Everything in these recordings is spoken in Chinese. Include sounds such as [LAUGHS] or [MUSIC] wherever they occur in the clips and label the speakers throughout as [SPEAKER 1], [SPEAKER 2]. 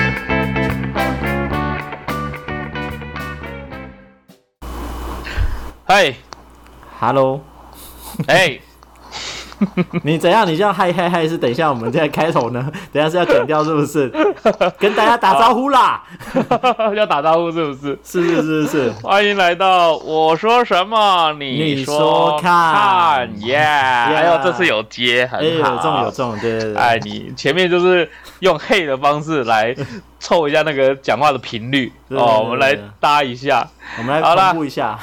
[SPEAKER 1] [LAUGHS] 嘿，
[SPEAKER 2] Hello，
[SPEAKER 1] 哎，
[SPEAKER 2] 你怎样？你这样嗨嗨嗨是等一下我们在开头呢？ [LAUGHS] 等一下是要剪掉是
[SPEAKER 1] [LAUGHS]
[SPEAKER 2] 不是？跟大家打招呼啦！
[SPEAKER 1] [LAUGHS] 要打招呼是不 [LAUGHS] 是？
[SPEAKER 2] 是是是是，
[SPEAKER 1] 欢迎来到我说什么你
[SPEAKER 2] 你说看
[SPEAKER 1] 看耶！哎呦，这次有接，
[SPEAKER 2] [LAUGHS] 哎、
[SPEAKER 1] 很
[SPEAKER 2] 有
[SPEAKER 1] 好。
[SPEAKER 2] 中有中，对对对，
[SPEAKER 1] 哎，你前面就是用嘿的方式来凑一下那个讲话的频率
[SPEAKER 2] 对对
[SPEAKER 1] 哦，
[SPEAKER 2] 对
[SPEAKER 1] 我们来
[SPEAKER 2] 对
[SPEAKER 1] 搭一下。
[SPEAKER 2] 我们
[SPEAKER 1] 好
[SPEAKER 2] 来
[SPEAKER 1] 啦
[SPEAKER 2] 公布一下，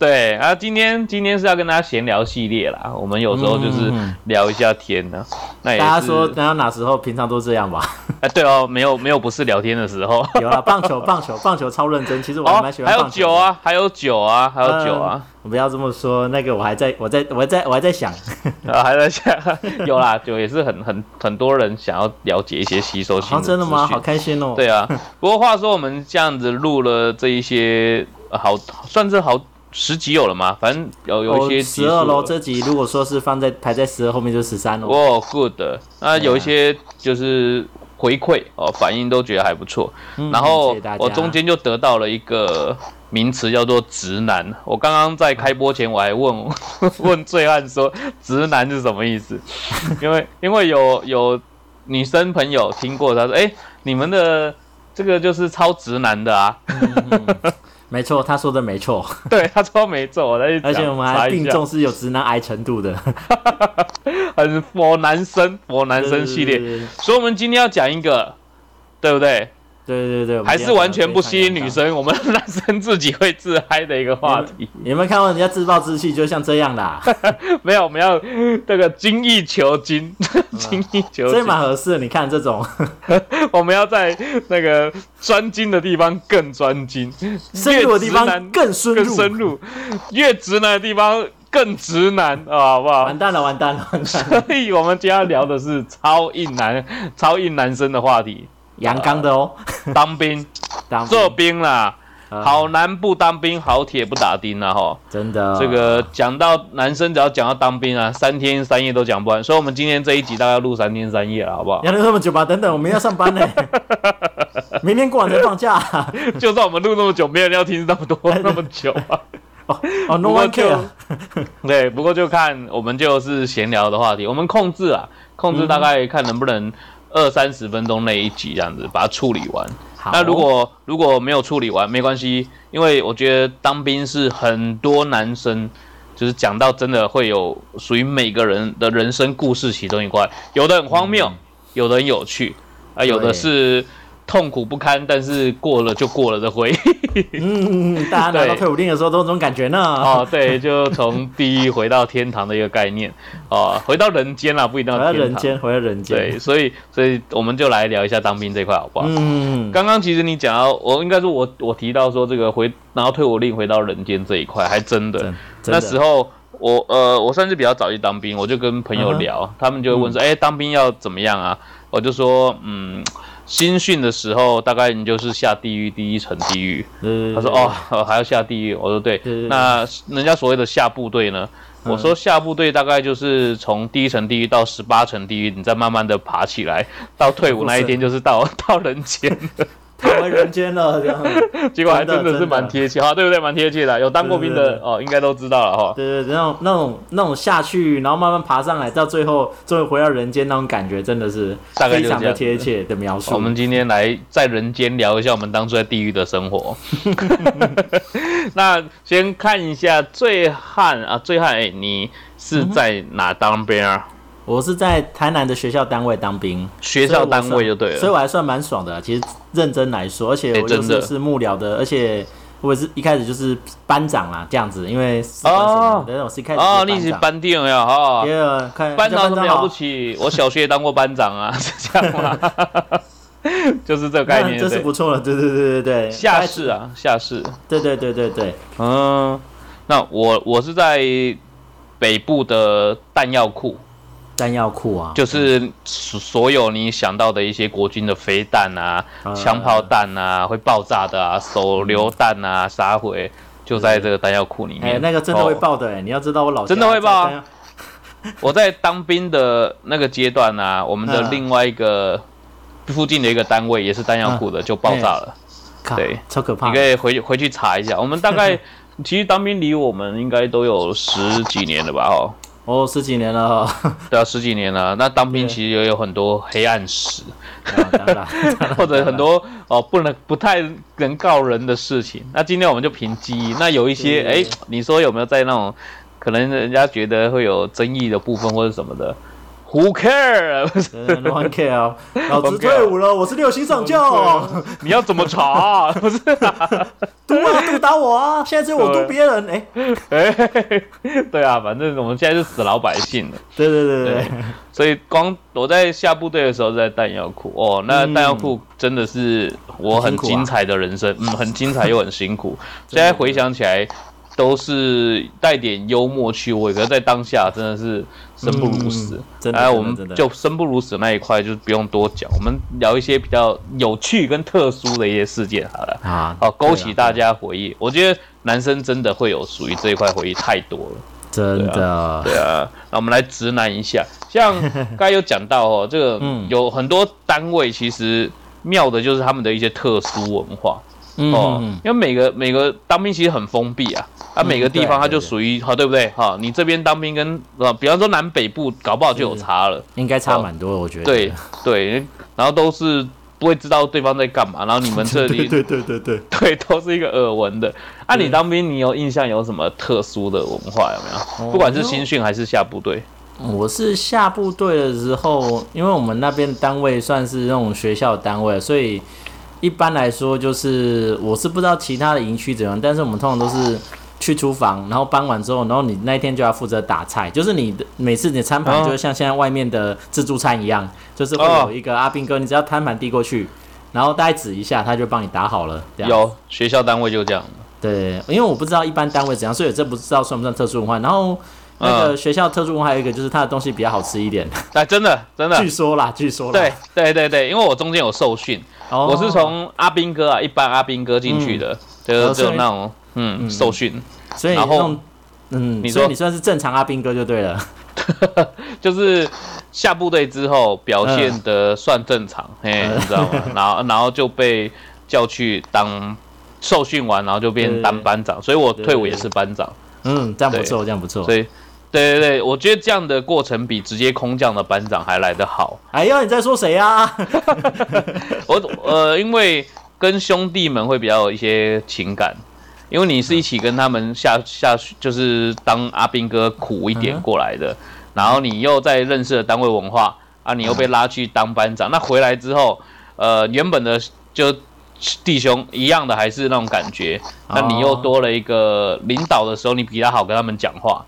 [SPEAKER 1] 对，啊，今天今天是要跟大家闲聊系列啦，我们有时候就是
[SPEAKER 2] 嗯嗯
[SPEAKER 1] 聊一下天呢、那也哎是
[SPEAKER 2] 大家说，然后哪时候平常都这
[SPEAKER 1] [LAUGHS]
[SPEAKER 2] 样吧？
[SPEAKER 1] 哎，对哦，没有没有不是聊天的时候。
[SPEAKER 2] 有了棒球，棒球，棒球超认真， [LAUGHS] 其实我还
[SPEAKER 1] 哦
[SPEAKER 2] 蛮喜，欢
[SPEAKER 1] 还
[SPEAKER 2] 棒球、
[SPEAKER 1] 有酒！啊，还有酒啊，还有酒啊。
[SPEAKER 2] 我不要这么说，那个我还在我在我还在我还在想， [LAUGHS]
[SPEAKER 1] 然
[SPEAKER 2] 啊
[SPEAKER 1] 后还在想， [LAUGHS] 有啦，就也是很很很多人想要了解一些吸收性
[SPEAKER 2] 啊，
[SPEAKER 1] 资
[SPEAKER 2] 真的吗？
[SPEAKER 1] 讯
[SPEAKER 2] 好开心哦！
[SPEAKER 1] 对啊，不过话说我们这样子录了这一些呃好算是好十集有了吗？反正有有一些集
[SPEAKER 2] 哦十二
[SPEAKER 1] 数
[SPEAKER 2] 喽，
[SPEAKER 1] 了
[SPEAKER 2] 这集如果说是放在排在十二后面就十三喽。
[SPEAKER 1] 哦、good，那有一些就是回馈哦，反应都觉得还不错。
[SPEAKER 2] 嗯
[SPEAKER 1] 然
[SPEAKER 2] 谢
[SPEAKER 1] 后
[SPEAKER 2] 谢大家
[SPEAKER 1] 我中间就得到了一个名词叫做“直男”。我刚刚在开播前我还问 [LAUGHS] 问醉汉说“直男”是什么意思，因为因为有有女生朋友听过，她说：“哎，你们的这个就是超直男的
[SPEAKER 2] [LAUGHS]
[SPEAKER 1] 啊
[SPEAKER 2] 没错，他说的没错，！”
[SPEAKER 1] 对，她超没错，我再去
[SPEAKER 2] 而且我们还
[SPEAKER 1] 定
[SPEAKER 2] 并
[SPEAKER 1] 重，
[SPEAKER 2] 重是有直男癌程度的
[SPEAKER 1] 很佛男生佛男生系列。
[SPEAKER 2] 对
[SPEAKER 1] 所以我们今天要讲一个，对不对？
[SPEAKER 2] 对对对，我们
[SPEAKER 1] 还
[SPEAKER 2] 今
[SPEAKER 1] 是
[SPEAKER 2] 天
[SPEAKER 1] 完全不吸引
[SPEAKER 2] 非常
[SPEAKER 1] 女
[SPEAKER 2] 阳
[SPEAKER 1] 生，我们男生自己会自嗨的一个话题。
[SPEAKER 2] 刚。你有没有看到人家自暴自弃就像这样啦？
[SPEAKER 1] 没有，我们要这个精益求精， [LAUGHS] 精益求
[SPEAKER 2] 这
[SPEAKER 1] 精。
[SPEAKER 2] 蛮合适。你看这种
[SPEAKER 1] 我们要在那个专精的地方更专精，
[SPEAKER 2] 深入的地
[SPEAKER 1] 越直男
[SPEAKER 2] 方更深
[SPEAKER 1] 更
[SPEAKER 2] 入，
[SPEAKER 1] 深入，越直男的地方更直男啊，好不好
[SPEAKER 2] [LAUGHS] 完？蛋了，完蛋了，完蛋了！
[SPEAKER 1] 所以我们今天要聊的是超硬男、超硬男生的话题，
[SPEAKER 2] 阳刚的哦，
[SPEAKER 1] 当兵、
[SPEAKER 2] 当
[SPEAKER 1] 做兵啦。
[SPEAKER 2] 呃
[SPEAKER 1] 好男不当兵，好铁不打钉啊！哈，
[SPEAKER 2] 真的
[SPEAKER 1] 这个讲到男生，只要讲到当兵啊，三天三夜都讲不完。所以，我们今天这一集大概要录三天三夜了，好不好？
[SPEAKER 2] 要录这么久吧？等等，我们要
[SPEAKER 1] [LAUGHS]
[SPEAKER 2] 上班呢，明天过完才放假。
[SPEAKER 1] 就算我们录那么久，没人要听那 [LAUGHS] 么多那么久啊。
[SPEAKER 2] 哦，No
[SPEAKER 1] 不过
[SPEAKER 2] one
[SPEAKER 1] 就
[SPEAKER 2] care。
[SPEAKER 1] [LAUGHS] 对，不过就看我们就是闲聊的话题，我们控制啊，控制大概看能不能二三十分钟那一集这样子把它处理完。
[SPEAKER 2] 好
[SPEAKER 1] 那如果如果没有处理完，没关系，因为我觉得当兵是很多男生。就是讲到真的会有属于每个人的人生故事其中一块，有的很荒谬，有的很有趣，啊，有的
[SPEAKER 2] 对
[SPEAKER 1] 是痛苦不堪，但是过了就过了的回忆。
[SPEAKER 2] 嗯，嗯嗯大家拿到
[SPEAKER 1] 对
[SPEAKER 2] 退伍令的时候都有这种感觉
[SPEAKER 1] [LAUGHS]
[SPEAKER 2] 呢。
[SPEAKER 1] 哦，对，就从地狱回到天堂的一个概念，哦，回到人间啦，不一定
[SPEAKER 2] 回
[SPEAKER 1] 要
[SPEAKER 2] 到
[SPEAKER 1] 天堂。
[SPEAKER 2] 人间，回到人
[SPEAKER 1] 对，
[SPEAKER 2] 间。
[SPEAKER 1] 所以所以我们就来聊一下当兵这块好不好？
[SPEAKER 2] 嗯，
[SPEAKER 1] 刚刚其实你讲到，我应该说我我提到说这个回，然后退伍令回到人间这一块，还真的。
[SPEAKER 2] 真
[SPEAKER 1] 那时
[SPEAKER 2] 候
[SPEAKER 1] 候我呃，我算是比较早去当兵，我就跟朋友
[SPEAKER 2] 嗯哼嗯
[SPEAKER 1] 聊，他们就会问说，哎、当兵要怎么样啊？我就说，嗯，新训的时候大概你就是下地狱第一层地狱，他说哦，呃还要下地狱。我说对
[SPEAKER 2] 对对，对嗯
[SPEAKER 1] 那人家所谓的下部队呢？我说下部队大概就是从第一层地狱到十八层地狱，你再慢慢的爬起来，到退伍那一天就是到 [LAUGHS] 到人间。
[SPEAKER 2] 逃回人间了，这样。
[SPEAKER 1] 结果还
[SPEAKER 2] 真
[SPEAKER 1] 真
[SPEAKER 2] 的
[SPEAKER 1] 的是
[SPEAKER 2] 真的
[SPEAKER 1] 蛮贴切啊哈，对不对？蛮贴切的，有当过兵
[SPEAKER 2] 对对
[SPEAKER 1] 的
[SPEAKER 2] 对
[SPEAKER 1] 哦，应该都知道了哈。
[SPEAKER 2] 对对对，那种那种那种下去，然后慢慢爬上来，到最后终于回到人间那种感觉，真的是
[SPEAKER 1] 大概就是
[SPEAKER 2] 非
[SPEAKER 1] 这样
[SPEAKER 2] 常
[SPEAKER 1] 子
[SPEAKER 2] 的贴切的描
[SPEAKER 1] 我
[SPEAKER 2] 述。
[SPEAKER 1] 们今天来在人间聊一下我们当初在地狱的生
[SPEAKER 2] [LAUGHS]
[SPEAKER 1] 活。 [LAUGHS] 那先看一下醉汉啊，醉汉，哎、你
[SPEAKER 2] 嗯
[SPEAKER 1] 是在哪当兵啊？
[SPEAKER 2] 我是在台南的学校单位当兵，
[SPEAKER 1] 学校单位就对了。
[SPEAKER 2] 所以我还算蛮爽的啊。其实认真来说，而且
[SPEAKER 1] 哎
[SPEAKER 2] 我又
[SPEAKER 1] 真
[SPEAKER 2] 是
[SPEAKER 1] 的
[SPEAKER 2] 是幕僚的，而且我也是一开始就是班长啦，这样子，因为士官什么
[SPEAKER 1] 哦
[SPEAKER 2] 的那种，是一开始
[SPEAKER 1] 哦，你
[SPEAKER 2] 就是是班长。
[SPEAKER 1] 班定呀哈，
[SPEAKER 2] 第二，看
[SPEAKER 1] 班长
[SPEAKER 2] 叫
[SPEAKER 1] 什么
[SPEAKER 2] 班
[SPEAKER 1] 了不
[SPEAKER 2] 好
[SPEAKER 1] 起？我小学也当过班长啊， [LAUGHS] 是这样吗？就是这个概
[SPEAKER 2] 那
[SPEAKER 1] 念，
[SPEAKER 2] 这是
[SPEAKER 1] 对。
[SPEAKER 2] 不错了，对对对对对，
[SPEAKER 1] 下士啊，下士。
[SPEAKER 2] 对对对对对，
[SPEAKER 1] 嗯，那我我是在北部的弹药库，
[SPEAKER 2] 弹药库啊，
[SPEAKER 1] 就是所所有你想到的一些国军的飞弹啊、
[SPEAKER 2] 啊
[SPEAKER 1] 枪炮弹啊、会爆炸的啊、手榴弹啊、杀回，就在这个弹药库里
[SPEAKER 2] 哎、
[SPEAKER 1] 面。
[SPEAKER 2] 那个真的
[SPEAKER 1] 哦
[SPEAKER 2] 会爆的、哎、你要知道我老家
[SPEAKER 1] 真的会爆啊
[SPEAKER 2] 在丹
[SPEAKER 1] 我在当兵的那个阶段啊，我们的
[SPEAKER 2] 嗯
[SPEAKER 1] 另外一个附近的一个单
[SPEAKER 2] 嗯
[SPEAKER 1] 位也是弹药库的，就爆炸了。
[SPEAKER 2] 靠
[SPEAKER 1] 对
[SPEAKER 2] 超可怕
[SPEAKER 1] 你可
[SPEAKER 2] 的。
[SPEAKER 1] 以回去回去查一下，我们大概
[SPEAKER 2] 嗯
[SPEAKER 1] 其实当兵离我们应该都有十几年了吧？哦，
[SPEAKER 2] 哦，十几
[SPEAKER 1] [LAUGHS]
[SPEAKER 2] 年了、哦，
[SPEAKER 1] 对啊，十几年了。那当兵
[SPEAKER 2] 对
[SPEAKER 1] 其实也有很多黑暗
[SPEAKER 2] [LAUGHS]
[SPEAKER 1] 史，
[SPEAKER 2] 啊当然当然
[SPEAKER 1] 或者很多哦不能不太能告人的事情。那今天我们就凭记忆。那有一些哎、
[SPEAKER 2] 对
[SPEAKER 1] 你说有没有在那种可能人家觉得会有争议的部分或者什么的？Who care？
[SPEAKER 2] 真的 no one care，哦老
[SPEAKER 1] No
[SPEAKER 2] 子
[SPEAKER 1] one care 啊
[SPEAKER 2] 退伍了，我是六星上将，
[SPEAKER 1] 你要怎么查、
[SPEAKER 2] [LAUGHS]
[SPEAKER 1] 不是、啊？
[SPEAKER 2] 毒啊毒打我啊！现在只有我毒别人，哎，
[SPEAKER 1] [LAUGHS] 哎、对啊，反正我们现在是死老百姓了。
[SPEAKER 2] 对对对对对
[SPEAKER 1] 对，所以光我在下部队的时候是在弹药库哦，那
[SPEAKER 2] 嗯
[SPEAKER 1] 弹药库真的是我很精彩的人生，嗯，很精彩又很辛
[SPEAKER 2] [LAUGHS]
[SPEAKER 1] 苦。现在回想起来，都是带点幽默趣味，可是在当下真的是生不如死。
[SPEAKER 2] 嗯真的
[SPEAKER 1] 哎
[SPEAKER 2] 真的
[SPEAKER 1] 我
[SPEAKER 2] 真
[SPEAKER 1] 们
[SPEAKER 2] 的
[SPEAKER 1] 就生不如死那一块就不用多讲，我们聊一些比较有趣跟特殊的一些事件好了。
[SPEAKER 2] 啊
[SPEAKER 1] 好，勾起大
[SPEAKER 2] 家
[SPEAKER 1] 家回忆。我觉得男生真的会有属于这一块回忆太多了。
[SPEAKER 2] 真
[SPEAKER 1] 对
[SPEAKER 2] 的嗯
[SPEAKER 1] 对啊，那我们来直男一下，
[SPEAKER 2] [LAUGHS]
[SPEAKER 1] 像刚才有讲到哦，这个
[SPEAKER 2] 嗯
[SPEAKER 1] 有很多单位其实妙的就是他们的一些特殊文化哦，
[SPEAKER 2] 嗯，
[SPEAKER 1] 因为每个每个当兵其实很封闭啊，啊每个地方
[SPEAKER 2] 对
[SPEAKER 1] 它就
[SPEAKER 2] 对对
[SPEAKER 1] 属于好对不对？哈，你这边当兵跟啊，比方说南北部搞不好就有差了，
[SPEAKER 2] 应该差蛮多，我觉得。
[SPEAKER 1] 哦对对，然后都是不会知道对方在干嘛，然后你们这里
[SPEAKER 2] [LAUGHS] 对对对对，
[SPEAKER 1] [LAUGHS] 对，都是一个耳闻的。啊，
[SPEAKER 2] 对
[SPEAKER 1] 你当兵，你有印象有什么特殊的文化有没有？
[SPEAKER 2] 哦
[SPEAKER 1] 不管是新训还是下部队，
[SPEAKER 2] 我是下部队的时候，因为我们那边单位算是那种学校单位，啊所以一般来说就是我是不知道其他的营区怎样，但是我们通常都是去厨房，然后搬完之后，然后你那一天就要负责打菜，就是你的每次你的餐盘
[SPEAKER 1] 哦
[SPEAKER 2] 就会像现在外面的自助餐一样， [LAUGHS] 就是会
[SPEAKER 1] 哦
[SPEAKER 2] 有一个阿兵哥，你只要摊盘递过去，然后大概指一下，他就帮你打好了。这样
[SPEAKER 1] 有学校单位就这样。
[SPEAKER 2] 对，因为我不知道一般单位怎样，所以这不知道算不算特殊文化。然后那个学校特殊文化还有一个就是它的东西比较好吃一点，
[SPEAKER 1] 哎，真的真的 [LAUGHS]
[SPEAKER 2] 据，说啦，据说啦。
[SPEAKER 1] 对，对对对，因为我中间有受训，
[SPEAKER 2] 哦、
[SPEAKER 1] 我是从阿兵哥啊，一般阿兵哥进去的，就
[SPEAKER 2] 哦
[SPEAKER 1] 就
[SPEAKER 2] 所以
[SPEAKER 1] 那种嗯受训，
[SPEAKER 2] 所以
[SPEAKER 1] 然后
[SPEAKER 2] 弄嗯，
[SPEAKER 1] 你
[SPEAKER 2] 所以
[SPEAKER 1] 说
[SPEAKER 2] 你算是正常阿兵哥就
[SPEAKER 1] [LAUGHS]
[SPEAKER 2] 对了。
[SPEAKER 1] 就是下部队之后表现的算正常，嘿，
[SPEAKER 2] 嗯
[SPEAKER 1] 你知道
[SPEAKER 2] [LAUGHS]
[SPEAKER 1] 吗？然后然后就被叫去当受训完，然后就变
[SPEAKER 2] 对
[SPEAKER 1] 当班长，所以我
[SPEAKER 2] 对
[SPEAKER 1] 退伍
[SPEAKER 2] 对
[SPEAKER 1] 也是班长。
[SPEAKER 2] 嗯，这样不
[SPEAKER 1] 对
[SPEAKER 2] 错，这样不错。
[SPEAKER 1] 所以，对对对，我觉得这样的过程比直接空降的班长还来得好。
[SPEAKER 2] 哎呦，你在说谁啊？
[SPEAKER 1] 我呃，因为跟兄弟们会比较有一些情感，因为你是一起跟他们下下去，就是当阿兵哥苦一点
[SPEAKER 2] 嗯哼
[SPEAKER 1] 过来的，然后你又在认识了单位文化啊，你又被拉去当班长，那回来之后，呃，原本的就。弟兄一样的还是那种感觉，那你又
[SPEAKER 2] 哦
[SPEAKER 1] 多了一个领导的时候，你比他好跟他们讲话，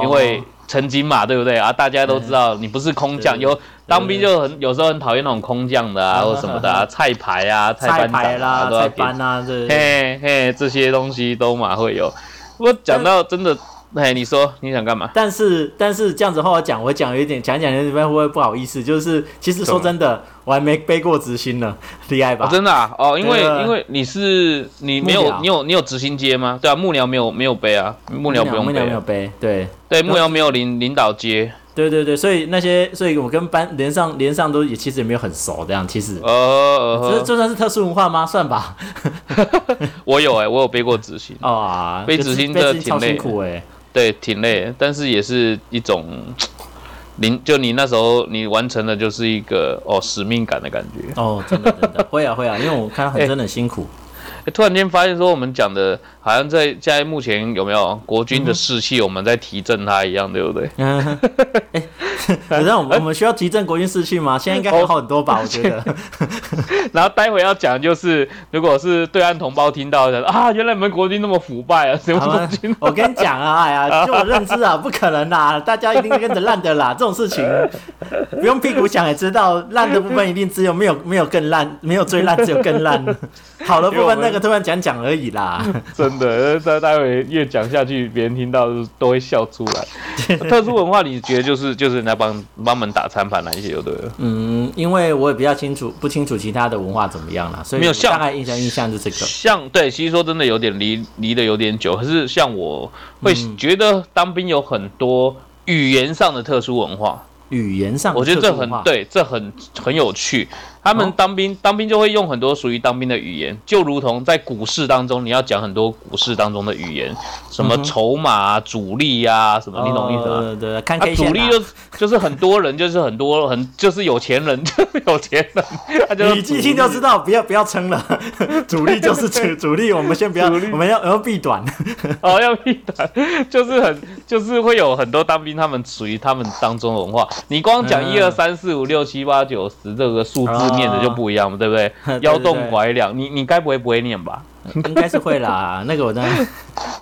[SPEAKER 1] [LAUGHS] 因为曾经嘛，对不对啊？大家都知道你不是空降，
[SPEAKER 2] 对
[SPEAKER 1] 有当兵就很有时候很讨厌那种空降的
[SPEAKER 2] [LAUGHS]
[SPEAKER 1] 啊，
[SPEAKER 2] 嗯
[SPEAKER 1] 或什么的啊，菜牌
[SPEAKER 2] [LAUGHS]
[SPEAKER 1] 啊、
[SPEAKER 2] 哦菜
[SPEAKER 1] 班长
[SPEAKER 2] 牌
[SPEAKER 1] 啊
[SPEAKER 2] 啦、
[SPEAKER 1] 都要
[SPEAKER 2] 菜
[SPEAKER 1] 给。
[SPEAKER 2] 班啦，对。
[SPEAKER 1] 嘿嘿，这些东西都嘛会有。我讲到真的，嘿，你说你想干嘛？
[SPEAKER 2] 但是但是这样子后来讲，我讲有一点讲一讲有点会不会不好意思？就是其实说
[SPEAKER 1] 怎
[SPEAKER 2] 真的，我还没背过执行呢， [LAUGHS] 厉害吧？
[SPEAKER 1] 哦，真的啊，哦，因为
[SPEAKER 2] 对啊
[SPEAKER 1] 因为你是你没
[SPEAKER 2] 幕
[SPEAKER 1] 有
[SPEAKER 2] 僚
[SPEAKER 1] 你有你有执行阶吗？对啊，幕僚没有没有背啊，幕僚不用背
[SPEAKER 2] 木鸟没有
[SPEAKER 1] 啊，
[SPEAKER 2] 背，对。
[SPEAKER 1] 对，幕僚没有领领导阶，
[SPEAKER 2] 对对对，所以那些，所以我跟班连上连上都也其实也没有很熟，这样其实，
[SPEAKER 1] 呃呃，
[SPEAKER 2] 这
[SPEAKER 1] 呃
[SPEAKER 2] 这算是特殊文化吗？算吧。
[SPEAKER 1] 我有哎，我有背过执行。
[SPEAKER 2] 哦啊，
[SPEAKER 1] 被执行
[SPEAKER 2] 被
[SPEAKER 1] 这
[SPEAKER 2] 执行
[SPEAKER 1] 挺
[SPEAKER 2] 超
[SPEAKER 1] 累
[SPEAKER 2] 辛
[SPEAKER 1] 的
[SPEAKER 2] 苦哎、欸，
[SPEAKER 1] 对，挺累的，但是也是一种，你就你那时候你完成了就是一个哦使命感的感觉。
[SPEAKER 2] 哦，真的真的会啊会啊，因为我看他很
[SPEAKER 1] 哎
[SPEAKER 2] 真的很辛苦，
[SPEAKER 1] 诶突然间发现说我们讲的好像在现在目前有没有国军的士气，我们在提振它一样，对不对？ [LAUGHS]
[SPEAKER 2] 嗯， [LAUGHS] 哎，反正我们我们需要提振国军士气吗？现在应该好很多吧，我觉 [LAUGHS] 得，
[SPEAKER 1] 然后待会要讲的就是，如果是对岸同胞听到的啊，原来你们国军那么腐败啊，什么
[SPEAKER 2] 他
[SPEAKER 1] 国
[SPEAKER 2] 们
[SPEAKER 1] 军？
[SPEAKER 2] 我跟你讲啊，哎呀， [LAUGHS] 就我认知啊，不可能啦，大家一定跟着烂的啦，这种事情不用屁股想也知道，烂的部分一定只有没有没有更烂，没有最烂，只有更烂，好的
[SPEAKER 1] 因为
[SPEAKER 2] 部
[SPEAKER 1] 我
[SPEAKER 2] 分
[SPEAKER 1] 们
[SPEAKER 2] 那个突然讲讲而已啦，
[SPEAKER 1] [LAUGHS] 真的，呃待待会越讲下去，别人听到都会笑出来。特殊文化，你觉得就是就是人家帮帮忙打餐盘那一些，就对了。
[SPEAKER 2] 嗯，因为我也比较清楚不清楚其他的文化怎么样啦，所以
[SPEAKER 1] 没有
[SPEAKER 2] 我大
[SPEAKER 1] 像
[SPEAKER 2] 概印象印象是这个。
[SPEAKER 1] 像对，其实说真的有点离离得有点久，可是像我会
[SPEAKER 2] 嗯
[SPEAKER 1] 觉得当兵有很多语言上的特殊文化，
[SPEAKER 2] 语言上的
[SPEAKER 1] 我觉得
[SPEAKER 2] 啊特
[SPEAKER 1] 这
[SPEAKER 2] 殊文
[SPEAKER 1] 很
[SPEAKER 2] 化，哦
[SPEAKER 1] 对，这很很有趣。他们当兵、当兵就会用很多属于当兵的语言，就如同在股市当中，你要讲很多股市当中的语言，什么
[SPEAKER 2] 嗯哼
[SPEAKER 1] 筹码、啊、主力啊，什么，你懂意思吗？
[SPEAKER 2] 呃对，看
[SPEAKER 1] 啊
[SPEAKER 2] K，线
[SPEAKER 1] 主
[SPEAKER 2] 啊
[SPEAKER 1] 力就就是很多人，就是很多很就是有钱人， [LAUGHS] 就是有钱人，他就是
[SPEAKER 2] 你
[SPEAKER 1] 主
[SPEAKER 2] 一听
[SPEAKER 1] 力
[SPEAKER 2] 就知道，不要不要撑了，
[SPEAKER 1] [LAUGHS]
[SPEAKER 2] 主力就是主主力，我们先不要，
[SPEAKER 1] 主力
[SPEAKER 2] 我们要我们要避短。
[SPEAKER 1] [LAUGHS] 哦，要避谈，就是很，就是会有很多当兵，他们属于他们当中的文化。你光讲
[SPEAKER 2] 嗯
[SPEAKER 1] 一二三四五六七八九十这个数字念的就不一样嘛，对不对？
[SPEAKER 2] 啊对对
[SPEAKER 1] 腰动拐两，你你该不会不会念吧？
[SPEAKER 2] 应该是会
[SPEAKER 1] [LAUGHS]
[SPEAKER 2] 啦，那个我当然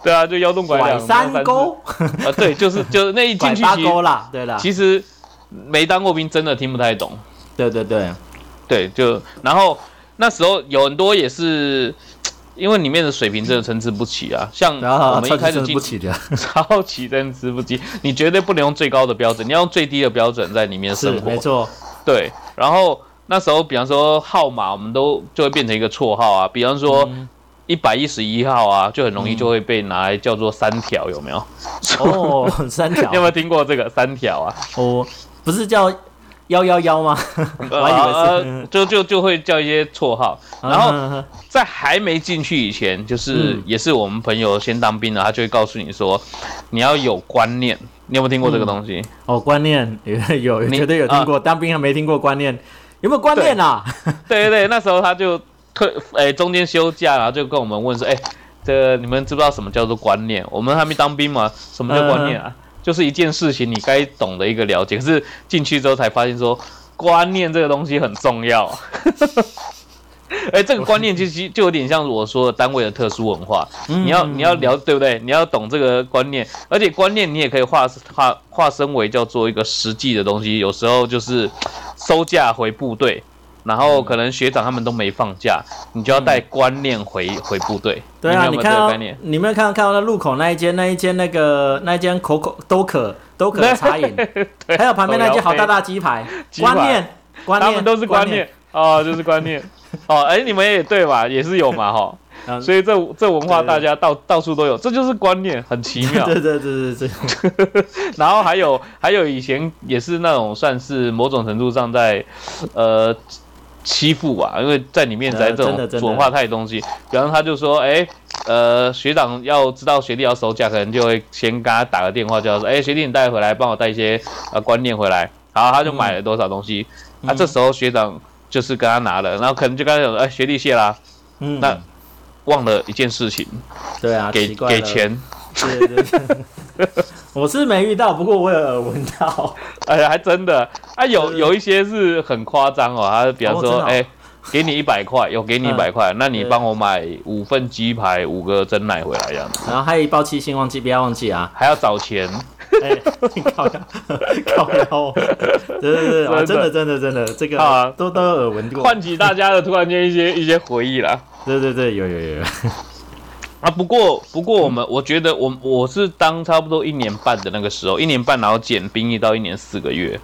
[SPEAKER 1] 对啊，就腰动拐
[SPEAKER 2] 拐
[SPEAKER 1] 两，
[SPEAKER 2] 三
[SPEAKER 1] 勾
[SPEAKER 2] 勾，
[SPEAKER 1] 啊，对，就是就是那一进
[SPEAKER 2] 拐
[SPEAKER 1] 去
[SPEAKER 2] 八
[SPEAKER 1] 其
[SPEAKER 2] 勾
[SPEAKER 1] 实
[SPEAKER 2] 啦，对啦，
[SPEAKER 1] 其实没当过兵，真的听不太懂。
[SPEAKER 2] 对对对，
[SPEAKER 1] 嗯对，就然后那时候有很多也是。因为里面的水平真的参差不齐啊，像
[SPEAKER 2] 然后
[SPEAKER 1] 我们一开始
[SPEAKER 2] 撑
[SPEAKER 1] 进
[SPEAKER 2] 不起的，
[SPEAKER 1] [LAUGHS] 超级真吃不起，你绝对不能用最高的标准，你要用最低的标准在里面
[SPEAKER 2] 是
[SPEAKER 1] 生活
[SPEAKER 2] 没。错，
[SPEAKER 1] 对，然后那时候比方说号码，我们都就会变成一个绰号啊，比方说
[SPEAKER 2] 嗯
[SPEAKER 1] 一百一十一号啊，就很容易就会被拿来叫做三条，有没有？
[SPEAKER 2] 哦，三
[SPEAKER 1] [LAUGHS]
[SPEAKER 2] 条
[SPEAKER 1] 你有，没有听过这个三条啊？
[SPEAKER 2] 哦，不是叫幺幺幺吗？我还以为
[SPEAKER 1] 呃
[SPEAKER 2] 是，嗯
[SPEAKER 1] 就就就会叫一些绰号，然后
[SPEAKER 2] 后
[SPEAKER 1] 在还没进去以前，就是
[SPEAKER 2] 嗯
[SPEAKER 1] 也是我们朋友先当兵的，他就会告诉你说，你要有观念。你有没有听过这个东西？
[SPEAKER 2] [LAUGHS] 哦，观念有有
[SPEAKER 1] 你啊
[SPEAKER 2] 绝对有听过，当兵还没听过观念，有没有观念啊？
[SPEAKER 1] [LAUGHS] 对对对，那时候他就退，哎、中间休假，然后就跟我们问说，哎、这个你们知不知道什么叫做观念？我们还没当兵嘛，什么叫观念啊？
[SPEAKER 2] 嗯
[SPEAKER 1] 就是一件事情你该懂的一个了解，可是进去之后才发现说，观念这个东西很重要。 [LAUGHS] 哎、这个观念其实就有点像我说的单位的特殊文化，
[SPEAKER 2] 嗯
[SPEAKER 1] 你要你要聊对不对？你要懂这个观念，而且观念你也可以化化化身为叫做一个实际的东西。有时候就是收假回部队，然后可能学长他们都没放假，你就要带观念回回部队。
[SPEAKER 2] 嗯对啊，
[SPEAKER 1] 你们
[SPEAKER 2] 你
[SPEAKER 1] 有没有
[SPEAKER 2] 看
[SPEAKER 1] 这个
[SPEAKER 2] 到
[SPEAKER 1] 概念？
[SPEAKER 2] 你有没有看到看到那路口那一间那一间那个那一间口口都可都可的茶饮，
[SPEAKER 1] 对
[SPEAKER 2] 还有旁边那间好大
[SPEAKER 1] 大，
[SPEAKER 2] 大鸡排，
[SPEAKER 1] 鸡排
[SPEAKER 2] 观念观
[SPEAKER 1] 他
[SPEAKER 2] 念
[SPEAKER 1] 们都是观念，哦，就是观
[SPEAKER 2] [LAUGHS]
[SPEAKER 1] 念。哦，哎、你们也对吧？也是有嘛哈，
[SPEAKER 2] 嗯
[SPEAKER 1] 所以这这文化
[SPEAKER 2] 对对对
[SPEAKER 1] 大家到到处都有，这就是观念，很奇妙。
[SPEAKER 2] [LAUGHS] 对对对对对，
[SPEAKER 1] 然后还有还有以前也是那种算是某种程度上在呃欺负吧，因为在里面
[SPEAKER 2] 呃
[SPEAKER 1] 在这
[SPEAKER 2] 真的真
[SPEAKER 1] 种文
[SPEAKER 2] 的
[SPEAKER 1] 化太东西，比方说他就说，哎，呃，学长要知道学弟要收假，可能就会先跟他打个电话，叫他说，哎，学弟你带回来，帮我带一些呃观念回来，然后他就买了多少东西，
[SPEAKER 2] 嗯
[SPEAKER 1] 那、这时候学长就是跟他拿了，然后可能就跟他讲，哎，学弟谢啦，
[SPEAKER 2] 嗯，
[SPEAKER 1] 那忘了一件事情，
[SPEAKER 2] 对啊，
[SPEAKER 1] 给
[SPEAKER 2] 奇怪
[SPEAKER 1] 给
[SPEAKER 2] 了，
[SPEAKER 1] 钱，
[SPEAKER 2] 对对对。我是没遇到，不过我有耳闻到，
[SPEAKER 1] 哎呀，还真的啊，有
[SPEAKER 2] 是
[SPEAKER 1] 有一些是很夸张哦，他比方
[SPEAKER 2] 哦真
[SPEAKER 1] 说，
[SPEAKER 2] 的哦
[SPEAKER 1] 哎、给你一百块，有给你一
[SPEAKER 2] 嗯
[SPEAKER 1] 百块，那你
[SPEAKER 2] 对
[SPEAKER 1] 帮我买五份鸡排，五个蒸奶回来这样子，
[SPEAKER 2] 然后还有一包七星，忘记不要忘记啊！
[SPEAKER 1] 还要找钱，
[SPEAKER 2] 哎，靠腰，靠腰，对对对，哦真的真的真的，这个
[SPEAKER 1] 啊
[SPEAKER 2] 都都有耳闻过，
[SPEAKER 1] 唤起大家的突然间一些 [LAUGHS] 一些回忆啦。
[SPEAKER 2] 对对对，有有有有，
[SPEAKER 1] 啊，不过不过我
[SPEAKER 2] 嗯
[SPEAKER 1] 们我觉得我我是当差不多一年半的那个时候，一年半然后减兵役到一年四个月，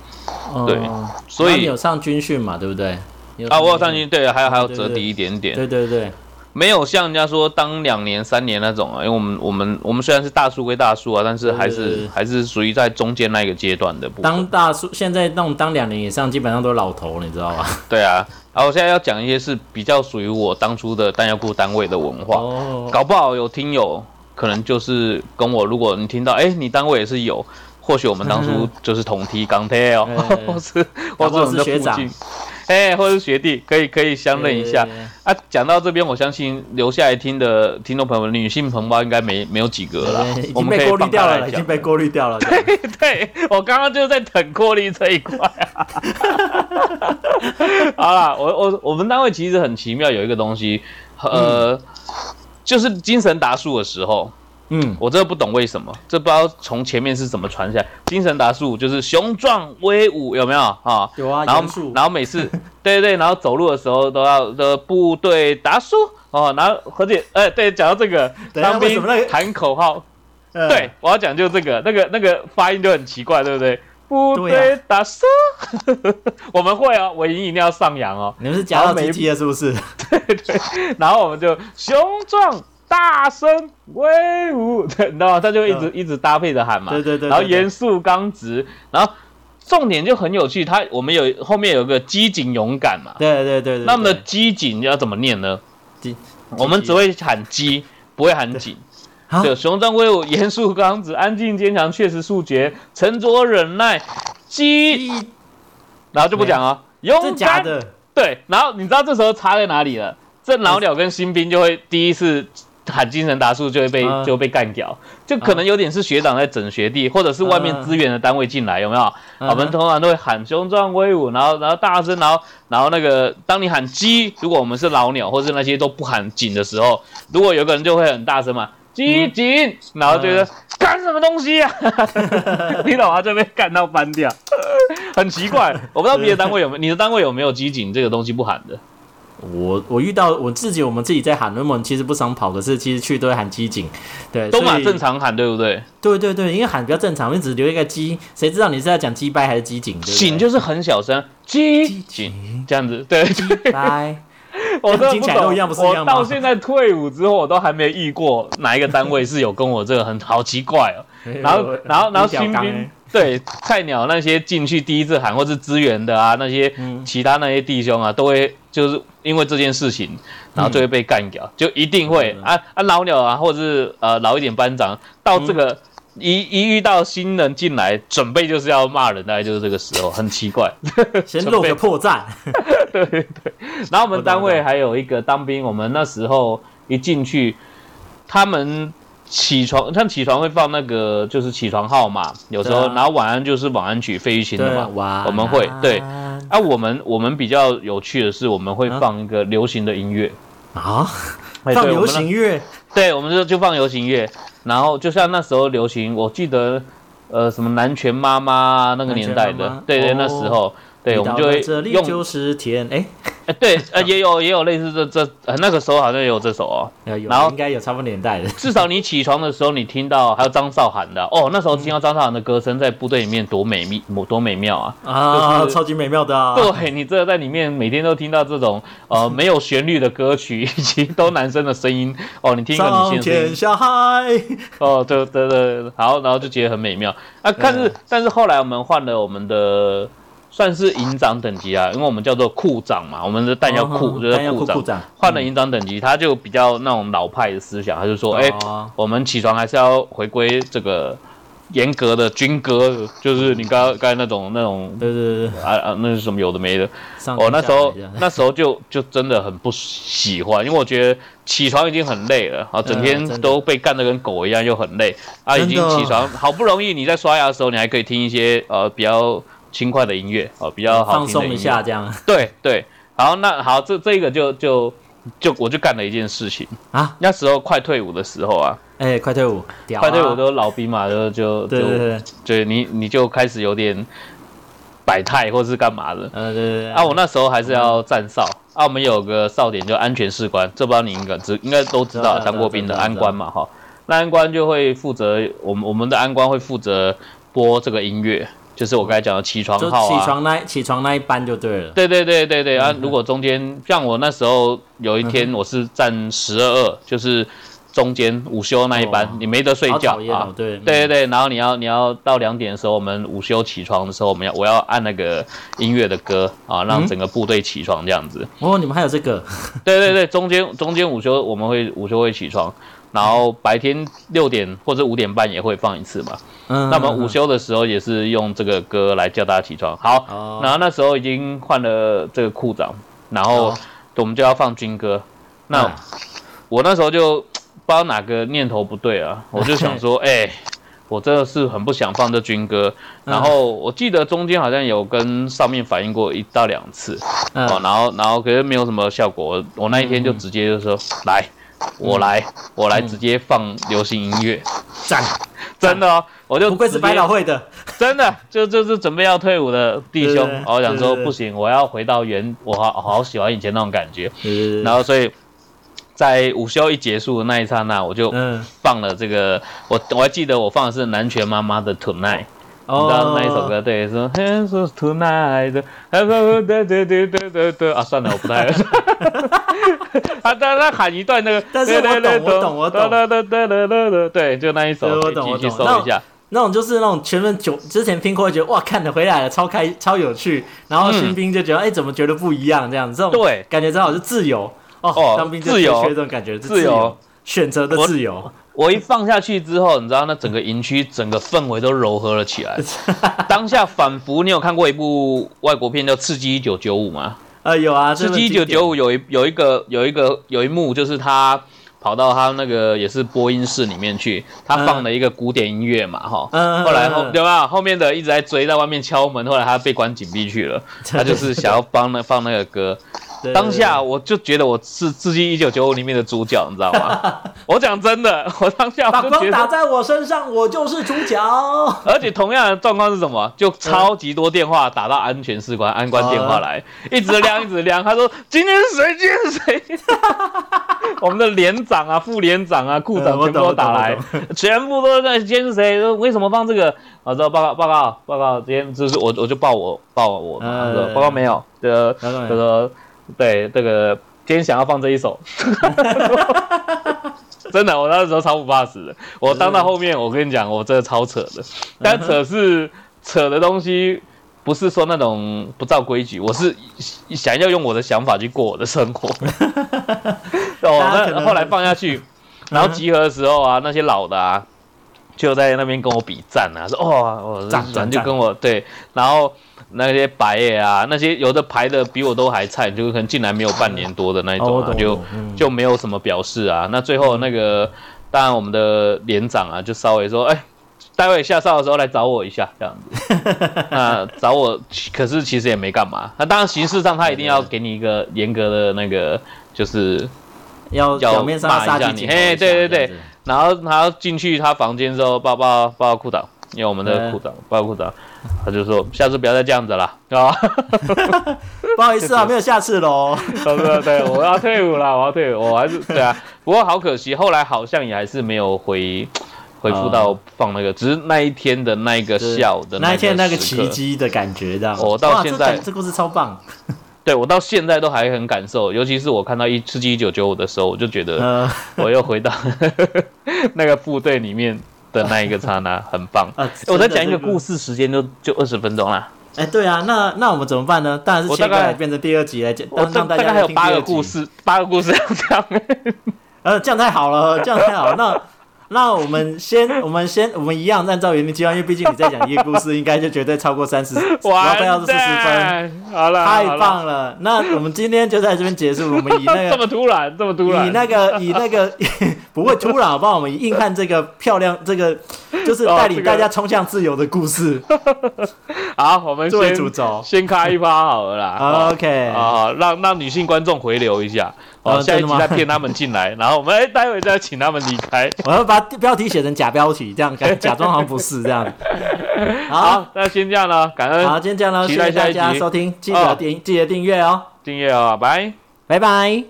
[SPEAKER 1] 对
[SPEAKER 2] 嗯
[SPEAKER 1] 所
[SPEAKER 2] 然后你
[SPEAKER 1] 以
[SPEAKER 2] 有上军训嘛，对不对？你
[SPEAKER 1] 啊，我有上
[SPEAKER 2] 军
[SPEAKER 1] 去，对，还有还有
[SPEAKER 2] 对
[SPEAKER 1] 折
[SPEAKER 2] 对
[SPEAKER 1] 抵一点点，
[SPEAKER 2] 训，对对对，
[SPEAKER 1] 没有像人家说当两年三年那种啊，因为我们我们我们虽然是大叔归大叔啊，但是还
[SPEAKER 2] 对对
[SPEAKER 1] 是
[SPEAKER 2] 对
[SPEAKER 1] 还是属于在中间那一个阶段的部
[SPEAKER 2] 当
[SPEAKER 1] 分。
[SPEAKER 2] 大叔现在那种当两年以上，基本上都老头，你知道吧？
[SPEAKER 1] 对啊，然后我现在要讲一些是比较属于我当初的弹药库单位的文化，
[SPEAKER 2] 哦，
[SPEAKER 1] 搞不好有听友可能就是跟我，如果你听到，哎，你单位也是有。或许我们当
[SPEAKER 2] [LAUGHS]
[SPEAKER 1] 初就是同梯钢铁哦
[SPEAKER 2] 哎哎，
[SPEAKER 1] [LAUGHS]
[SPEAKER 2] 哎
[SPEAKER 1] 或是或是
[SPEAKER 2] 搞
[SPEAKER 1] 我
[SPEAKER 2] 不好
[SPEAKER 1] 们
[SPEAKER 2] 是
[SPEAKER 1] 的
[SPEAKER 2] 学
[SPEAKER 1] 附
[SPEAKER 2] 长
[SPEAKER 1] 近，哎，或是学弟，可以可以相认一下。
[SPEAKER 2] 对，对对
[SPEAKER 1] 啊，讲到这边，我相信留下来听的听众朋友们，女性同胞应该没没有几个了啦
[SPEAKER 2] 哎对对已，
[SPEAKER 1] 我
[SPEAKER 2] 经
[SPEAKER 1] 们可
[SPEAKER 2] 被过
[SPEAKER 1] 以
[SPEAKER 2] 滤
[SPEAKER 1] 放
[SPEAKER 2] 掉
[SPEAKER 1] 开
[SPEAKER 2] 了，
[SPEAKER 1] 来
[SPEAKER 2] 已经
[SPEAKER 1] 讲。
[SPEAKER 2] 被过滤掉了。
[SPEAKER 1] [LAUGHS] 对，我刚刚就在等过滤这一块、啊。 [LAUGHS] 好啦，我我我们单位其实很奇妙，有一个东西，呃，就是精神达数的时候，
[SPEAKER 2] 嗯，
[SPEAKER 1] 我真的不懂为什么，这不知道从前面是怎么传下来。精神达数就是雄壮威武，有没有啊？
[SPEAKER 2] 有啊，
[SPEAKER 1] 然
[SPEAKER 2] 严
[SPEAKER 1] 后
[SPEAKER 2] 肃
[SPEAKER 1] 然后每次 [LAUGHS] 对对，然后走路的时候都要的部队达叔哦，然后而且哎对，讲到这个
[SPEAKER 2] 等一下
[SPEAKER 1] 当
[SPEAKER 2] 为
[SPEAKER 1] 兵
[SPEAKER 2] 什么那个
[SPEAKER 1] 喊口号，
[SPEAKER 2] 呃
[SPEAKER 1] 对我要讲就这个那个那个发音就很奇怪，对不对？部
[SPEAKER 2] 对
[SPEAKER 1] 队达叔， [LAUGHS] 我们会哦，尾音一定要上扬哦，
[SPEAKER 2] 你们是夹到鸡鸡了是不是？
[SPEAKER 1] 然后我们就雄壮。大声威武，对你知道吗？他就一直、一直搭配着喊嘛，
[SPEAKER 2] 嗯对对对对
[SPEAKER 1] 然后
[SPEAKER 2] 对
[SPEAKER 1] 严肃刚直，然后重点就很有趣，它我们有后面有个机警勇敢嘛，
[SPEAKER 2] 对对对对，
[SPEAKER 1] 那我们的
[SPEAKER 2] 对
[SPEAKER 1] 机警要怎么念呢？
[SPEAKER 2] 机
[SPEAKER 1] 我们只会喊鸡，不会喊警。
[SPEAKER 2] 啊
[SPEAKER 1] 对，雄壮威武，严肃刚直，安静坚强，确实速决，沉着忍耐，鸡，
[SPEAKER 2] 一
[SPEAKER 1] 然后就不讲啊，勇
[SPEAKER 2] 真假
[SPEAKER 1] 敢。
[SPEAKER 2] 的，
[SPEAKER 1] 对，然后你知道这时候差在哪里了？这老鸟跟新兵就会第一次喊精神达数就会被、
[SPEAKER 2] 嗯
[SPEAKER 1] 就会被干掉，就可能有点是学长在整学弟，或者是外面
[SPEAKER 2] 嗯
[SPEAKER 1] 资源的单位进来，有没有？啊我们
[SPEAKER 2] 嗯
[SPEAKER 1] 通常都会喊雄壮威武，然后然后大声，然后然后那个当你喊鸡，如果我们是老鸟或是那些都不喊紧的时候，如果有个人就会很大声嘛，鸡
[SPEAKER 2] 嗯
[SPEAKER 1] 紧，然后就
[SPEAKER 2] 嗯
[SPEAKER 1] 是干什么东西啊， [LAUGHS] 你懂吗？就被干到翻掉，很奇怪。我不知道别的单位有没有，你的单位有没有鸡紧这个东西不喊的？
[SPEAKER 2] 我我遇到我自己，我们自己在喊，那么其实不常跑，可是其实去都会喊机警，对，
[SPEAKER 1] 都
[SPEAKER 2] 所
[SPEAKER 1] 蛮
[SPEAKER 2] 以
[SPEAKER 1] 正。常喊，对不对？
[SPEAKER 2] 对对对，因为喊比较正常，我们只留一个鸡，谁知道你是要讲鸡掰还是鸡警？对不对
[SPEAKER 1] 紧就是很小声，鸡紧这样子，对。 [LAUGHS]
[SPEAKER 2] 掰，
[SPEAKER 1] 我真的
[SPEAKER 2] 听
[SPEAKER 1] 不
[SPEAKER 2] 起来都
[SPEAKER 1] 懂，
[SPEAKER 2] 一样不是一
[SPEAKER 1] 我
[SPEAKER 2] 样吗
[SPEAKER 1] 到现在退伍之后，我都还没遇过哪一个单位是有跟我这个很好奇怪
[SPEAKER 2] [LAUGHS]
[SPEAKER 1] 哦。然后，然后，然后新兵
[SPEAKER 2] 欸
[SPEAKER 1] 对菜鸟那些进去第一次喊，或是支援的啊，那些
[SPEAKER 2] 嗯
[SPEAKER 1] 其他那些弟兄啊，都会就是因为这件事情，然后就会被干掉，就一定会
[SPEAKER 2] 嗯
[SPEAKER 1] 啊啊老鸟啊，或者是呃老一点班长，到这个、
[SPEAKER 2] 嗯
[SPEAKER 1] 一一遇到新人进来，准备就是要骂人，大概就是这个时候，很奇怪。
[SPEAKER 2] 先露个破绽，
[SPEAKER 1] 对对对，然后我们单
[SPEAKER 2] 我懂我
[SPEAKER 1] 位
[SPEAKER 2] 懂
[SPEAKER 1] 还有一个当兵，我们那时候一进去，他们起床，他们起床会放那个就是起床号嘛，有时候，
[SPEAKER 2] 对啊
[SPEAKER 1] 然后晚安就是晚安曲，费玉清的
[SPEAKER 2] 对，啊
[SPEAKER 1] 嘛。
[SPEAKER 2] 哇，
[SPEAKER 1] 我们会对啊，我们我们比较有趣的是，我们会
[SPEAKER 2] 啊
[SPEAKER 1] 放一个流行的音乐，
[SPEAKER 2] 啊，
[SPEAKER 1] 哎
[SPEAKER 2] 放
[SPEAKER 1] 对我
[SPEAKER 2] 流
[SPEAKER 1] 们那
[SPEAKER 2] 行乐，
[SPEAKER 1] 对，我们就就放流行乐，然后就像那时候流行，我记得呃什么南拳妈妈啊那个年代
[SPEAKER 2] 南拳妈
[SPEAKER 1] 的
[SPEAKER 2] 妈，
[SPEAKER 1] 对对，
[SPEAKER 2] 哦
[SPEAKER 1] 那时候对，我们
[SPEAKER 2] 你
[SPEAKER 1] 就
[SPEAKER 2] 到了
[SPEAKER 1] 会
[SPEAKER 2] 这里
[SPEAKER 1] 用
[SPEAKER 2] 就是甜，哎，
[SPEAKER 1] 哎，对，呃，也有也有类似这这，呃，那个时候好像也有这首哦。
[SPEAKER 2] 呃有
[SPEAKER 1] 然后
[SPEAKER 2] 应该有差不多年代的，
[SPEAKER 1] 至少你起床的时候，你听到还有张韶涵的哦，
[SPEAKER 2] 嗯
[SPEAKER 1] 那时候听到张韶涵的歌声在部队里面多美妙，多美妙啊！
[SPEAKER 2] 啊，
[SPEAKER 1] 就是
[SPEAKER 2] 超级美妙的嗯啊！
[SPEAKER 1] 对你这个在里面每天都听到这种
[SPEAKER 2] [LAUGHS]
[SPEAKER 1] 呃没有旋律的歌曲，以及都男生的声音哦，你听一个女性的
[SPEAKER 2] 上
[SPEAKER 1] 声音
[SPEAKER 2] 天下海，
[SPEAKER 1] 哦，对对对，对好，然后就觉得很美妙啊。但是、
[SPEAKER 2] 嗯
[SPEAKER 1] 但是后来我们换了我们的算是营长等级啊，因为我们叫做库长嘛，我们的弹药库、
[SPEAKER 2] 哦
[SPEAKER 1] 就是
[SPEAKER 2] 弹药库库长
[SPEAKER 1] 换了营长等级，他就比较那种老派的思想，他就说，哎、
[SPEAKER 2] 哦
[SPEAKER 1] 我们起床还是要回归这个严格的军歌，就是你刚刚才那种那种
[SPEAKER 2] 对对对对，
[SPEAKER 1] 啊啊，那是什么有的
[SPEAKER 2] [LAUGHS]
[SPEAKER 1] 没的。
[SPEAKER 2] 上
[SPEAKER 1] 我、
[SPEAKER 2] 天
[SPEAKER 1] 哦那
[SPEAKER 2] 下
[SPEAKER 1] 时
[SPEAKER 2] [LAUGHS]
[SPEAKER 1] 候
[SPEAKER 2] 海这样
[SPEAKER 1] 那时候就就真的很不喜欢，因为我觉得起床已经很累了，啊，整天
[SPEAKER 2] 真的
[SPEAKER 1] 都被干得跟狗一样，又很累啊，已
[SPEAKER 2] 真的
[SPEAKER 1] 经起床，好不容易你在刷牙的时候，你还可以听一些呃比较轻快的音乐，啊，比较好听
[SPEAKER 2] 放
[SPEAKER 1] 的
[SPEAKER 2] 松
[SPEAKER 1] 音
[SPEAKER 2] 一
[SPEAKER 1] 乐，
[SPEAKER 2] 下这样
[SPEAKER 1] 对对。好，那好，这这个就就就我就干了一件事情
[SPEAKER 2] 啊，
[SPEAKER 1] 那时候快退伍的时候啊，
[SPEAKER 2] 哎，快退伍，屌啊
[SPEAKER 1] 快退伍都老兵嘛，就就
[SPEAKER 2] 对对
[SPEAKER 1] 就
[SPEAKER 2] 对，
[SPEAKER 1] 对你你就开始有点摆态或是干嘛的，
[SPEAKER 2] 呃对对对
[SPEAKER 1] 啊，我那时候还是要站哨。啊，我们有个哨点就安全士官，这不知道你应该知应该都知
[SPEAKER 2] 知道
[SPEAKER 1] 道，当过兵的
[SPEAKER 2] 知道知道
[SPEAKER 1] 安官嘛哈。那安官就会负责我们我们的安官会负责播这个音乐，就是我刚才讲的起床
[SPEAKER 2] 就
[SPEAKER 1] 号
[SPEAKER 2] 起
[SPEAKER 1] 啊。
[SPEAKER 2] 床嗯那起床那一班就对了，
[SPEAKER 1] 对对对对对啊！如果中间像我那时候有一
[SPEAKER 2] 嗯
[SPEAKER 1] 天我是站十二二，就是中间午休那一班
[SPEAKER 2] 哦，
[SPEAKER 1] 你没得睡
[SPEAKER 2] 好
[SPEAKER 1] 觉
[SPEAKER 2] 讨厌
[SPEAKER 1] 啊
[SPEAKER 2] 哦，。对
[SPEAKER 1] 对对对，然后你要你要到两点的时候，我们午休起床的时候，我们要我要按那个音乐的歌啊，让整个部队起床这样子。
[SPEAKER 2] 哦，你们还有这个，
[SPEAKER 1] 对对对，中间中间午休我们会午休会起床，然后白天六点或者五点半也会放一次嘛。
[SPEAKER 2] 嗯，
[SPEAKER 1] 那么午休的时候也是用这个歌来叫大家起床。好，
[SPEAKER 2] 哦
[SPEAKER 1] 然后那时候已经换了这个库长，然后
[SPEAKER 2] 哦
[SPEAKER 1] 我们就要放军歌。那
[SPEAKER 2] 啊
[SPEAKER 1] 我那时候就不知道哪个念头不对
[SPEAKER 2] [LAUGHS]
[SPEAKER 1] 啊，我就想说，哎、我真的是很不想放这军歌。
[SPEAKER 2] 嗯
[SPEAKER 1] 然后我记得中间好像有跟上面反映过一到两次，哦，
[SPEAKER 2] 嗯
[SPEAKER 1] 然后然后可是没有什么效果，我我那一天就直接就说、
[SPEAKER 2] 嗯
[SPEAKER 1] 来，我来，我来直接放流行音乐，
[SPEAKER 2] 赞，
[SPEAKER 1] 真的哦，我就
[SPEAKER 2] 嗯不愧是
[SPEAKER 1] 直接
[SPEAKER 2] 百老汇的，
[SPEAKER 1] 真的就就是准备要退伍的弟
[SPEAKER 2] 对
[SPEAKER 1] 兄
[SPEAKER 2] 对对，
[SPEAKER 1] 我想
[SPEAKER 2] 对
[SPEAKER 1] 说
[SPEAKER 2] 对对
[SPEAKER 1] 不行，我要回到原，我好好喜欢以前那种感觉，然
[SPEAKER 2] 后
[SPEAKER 1] 后所以。在午休一结束的那一刹那，我就
[SPEAKER 2] 嗯，
[SPEAKER 1] 放了这个，我我还记得我放的是南拳妈妈的《Tonight》，你知道
[SPEAKER 2] 哦
[SPEAKER 1] 那一首歌，对，说 Hands of Tonight，对对对对对对啊，算了，我不太。他他他喊一段那个，
[SPEAKER 2] 但是我懂我懂我懂
[SPEAKER 1] 对对对对对，对，就那一首，
[SPEAKER 2] 对我
[SPEAKER 1] 可以
[SPEAKER 2] 懂我
[SPEAKER 1] 去去
[SPEAKER 2] 懂
[SPEAKER 1] 搜一下。
[SPEAKER 2] 那种就是那种全们九之前听过，觉得哇，看得回来了，超开超有趣，然后新兵就觉得哎、怎么觉得不一样这样，这种
[SPEAKER 1] 嗯对
[SPEAKER 2] 感觉正好是自由哦，
[SPEAKER 1] 哦
[SPEAKER 2] 当兵就
[SPEAKER 1] 自由
[SPEAKER 2] 最缺这种感觉，是
[SPEAKER 1] 自由
[SPEAKER 2] 选择的
[SPEAKER 1] 我
[SPEAKER 2] 自由，
[SPEAKER 1] 我一放下去之后，你知道那整个营区整个氛围都柔和了起
[SPEAKER 2] [LAUGHS]
[SPEAKER 1] 来。当下仿佛你有看过一部外国片叫《刺激一九九五》吗？
[SPEAKER 2] 呃，有啊，
[SPEAKER 1] 《刺激一九九
[SPEAKER 2] 五，
[SPEAKER 1] 五》有一有一个有一个有一幕就是他。跑到他那个也是播音室里面去，他放了一个古典音乐嘛，哈、
[SPEAKER 2] 嗯嗯
[SPEAKER 1] 后来
[SPEAKER 2] 嗯
[SPEAKER 1] 后
[SPEAKER 2] 嗯
[SPEAKER 1] 对吧？后面的一直在追，在外面敲门，后来他被关紧闭去了。他就是想要帮那放那个歌，
[SPEAKER 2] 对
[SPEAKER 1] 当下我就觉得我是《致敬一九九五》里面的主角，你知道
[SPEAKER 2] [LAUGHS]
[SPEAKER 1] 吗？我讲真的，我当下
[SPEAKER 2] 把
[SPEAKER 1] 我就觉
[SPEAKER 2] 光打
[SPEAKER 1] 得，
[SPEAKER 2] 在我身上，我就是主角。
[SPEAKER 1] [LAUGHS] 而且同样的状况是什么？就超级多电话打到安全士官，安官电话来，
[SPEAKER 2] 啊
[SPEAKER 1] 一直亮一直亮。他说今天是谁？今天是谁？ [LAUGHS] 我们的连长啊、副连长啊、库
[SPEAKER 2] 嗯
[SPEAKER 1] 长
[SPEAKER 2] 我
[SPEAKER 1] 全部都
[SPEAKER 2] 懂
[SPEAKER 1] 打
[SPEAKER 2] 我懂
[SPEAKER 1] 来
[SPEAKER 2] 我，
[SPEAKER 1] 全部都在今天是谁？说为什么放这个？我说报告报告报告，今天就是我我就报我报我嘛，他
[SPEAKER 2] 嗯
[SPEAKER 1] 说报告没有，呃，
[SPEAKER 2] 报告没有
[SPEAKER 1] 他说对这个今天想要放这一首， [LAUGHS] 真的，我那时候超不怕死的。我当到后面，我跟你讲，我真的超扯的，但扯是扯的东西。不是说那种不照规矩，我是想要用我的想法去过我的生
[SPEAKER 2] [LAUGHS]
[SPEAKER 1] 活。
[SPEAKER 2] 大家
[SPEAKER 1] 哦，
[SPEAKER 2] 可
[SPEAKER 1] 那
[SPEAKER 2] 能嗯
[SPEAKER 1] 后来放下去，然后集合的时候啊，那些老的啊，就在那边跟我比赞啊，说哦，我
[SPEAKER 2] 赞
[SPEAKER 1] 人
[SPEAKER 2] 赞
[SPEAKER 1] 就
[SPEAKER 2] 赞
[SPEAKER 1] 跟我对，然后那些白爷啊，那些有的排的比我都还菜，就是可能进来没有半年多的那一
[SPEAKER 2] 哦我
[SPEAKER 1] 种、啊
[SPEAKER 2] 懂
[SPEAKER 1] 就
[SPEAKER 2] 我懂嗯
[SPEAKER 1] 就没有什么表示啊。那最后那个，当然我们的连长啊，就稍微说，哎、待会下哨的时候来找我一下，这样子。那找我，可是其实也没干嘛。那当然，形式上他一定要给你一个严格的那个，就是
[SPEAKER 2] 要
[SPEAKER 1] 要
[SPEAKER 2] 表面上要
[SPEAKER 1] 骂
[SPEAKER 2] 杀
[SPEAKER 1] 一下
[SPEAKER 2] 鸡
[SPEAKER 1] 你
[SPEAKER 2] 儆猴一下，
[SPEAKER 1] 嘿对对对
[SPEAKER 2] 这样子
[SPEAKER 1] 然后他进去他房间之后，抱抱抱抱裤裆，因为我们的
[SPEAKER 2] 嗯
[SPEAKER 1] 裤裆抱裤裆，他就说下次不要再这样子了啊！
[SPEAKER 2] 不好意思啊，没有下次喽。
[SPEAKER 1] 对对对，我要退伍了，我要退伍，我还是对 [LAUGHS] 啊。不过好可惜，后来好像也还是没有回回复到放那个，只是那一天的那一个笑的
[SPEAKER 2] 那一天那个
[SPEAKER 1] 时
[SPEAKER 2] 奇
[SPEAKER 1] 刻哦
[SPEAKER 2] 迹的感觉，这样。
[SPEAKER 1] 我到
[SPEAKER 2] 哇
[SPEAKER 1] 现
[SPEAKER 2] 这
[SPEAKER 1] 在
[SPEAKER 2] 感这故事超棒。
[SPEAKER 1] 对我到现在都还很感受，尤其是我看到一吃鸡一九九五的时候，我就觉得
[SPEAKER 2] 呃
[SPEAKER 1] 我又回到 [LAUGHS] 那个部队里面的那一个刹那，很棒。
[SPEAKER 2] 呃，
[SPEAKER 1] [LAUGHS] 我再讲一个故
[SPEAKER 2] 事。
[SPEAKER 1] 事，时间就就二十分钟啦。
[SPEAKER 2] 哎，对啊，那那我们怎么办呢？当然是
[SPEAKER 1] 我
[SPEAKER 2] 切
[SPEAKER 1] 大
[SPEAKER 2] 过来
[SPEAKER 1] 概
[SPEAKER 2] 变成第二集来讲，
[SPEAKER 1] 我
[SPEAKER 2] 让
[SPEAKER 1] 大
[SPEAKER 2] 让
[SPEAKER 1] 大
[SPEAKER 2] 大
[SPEAKER 1] 概
[SPEAKER 2] 家
[SPEAKER 1] 还有
[SPEAKER 2] 听第
[SPEAKER 1] 八个
[SPEAKER 2] 二集
[SPEAKER 1] 故。事，八个故事要讲。
[SPEAKER 2] 呃，这样太好了，这样太好了。那那我们先，我们先，我们一样按照原定计划，因为毕竟你在讲一个故事，应该就绝对超过三十，
[SPEAKER 1] [LAUGHS] 完
[SPEAKER 2] 要不要四十分？
[SPEAKER 1] 蛋，好了，
[SPEAKER 2] 太
[SPEAKER 1] 好了，
[SPEAKER 2] 棒了！那我们今天就在这边结束，我们以
[SPEAKER 1] [LAUGHS] 这
[SPEAKER 2] 那个。
[SPEAKER 1] 么突然，这么突
[SPEAKER 2] 以
[SPEAKER 1] 然，[LAUGHS]
[SPEAKER 2] 那个以那个 [LAUGHS] 不会突然，好不好？我们硬看这个漂亮，这个就是
[SPEAKER 1] 哦这
[SPEAKER 2] 带领
[SPEAKER 1] 个
[SPEAKER 2] 大家冲向自由的故事
[SPEAKER 1] 好，我们
[SPEAKER 2] 作为
[SPEAKER 1] 先
[SPEAKER 2] 主轴。
[SPEAKER 1] 先开一趴 [LAUGHS] 好了啦。
[SPEAKER 2] 好 OK，
[SPEAKER 1] 啊，让让女性观众回流一下，哦，
[SPEAKER 2] 哦
[SPEAKER 1] 下一
[SPEAKER 2] 真
[SPEAKER 1] 集
[SPEAKER 2] 的吗
[SPEAKER 1] 再骗他们进来，然后我们哎，待会再请他们离开。
[SPEAKER 2] 我要把标题写成假标题，
[SPEAKER 1] [LAUGHS]
[SPEAKER 2] 这样假假装好像不是这样。好，
[SPEAKER 1] 好，那先这样了，感
[SPEAKER 2] 好，
[SPEAKER 1] 恩
[SPEAKER 2] 今天这样了，
[SPEAKER 1] 期
[SPEAKER 2] 谢
[SPEAKER 1] 待
[SPEAKER 2] 谢大
[SPEAKER 1] 下一
[SPEAKER 2] 家
[SPEAKER 1] 集
[SPEAKER 2] 收听，记
[SPEAKER 1] 哦
[SPEAKER 2] 得订记得订阅哦，
[SPEAKER 1] 敬业啊，拜。
[SPEAKER 2] 拜拜。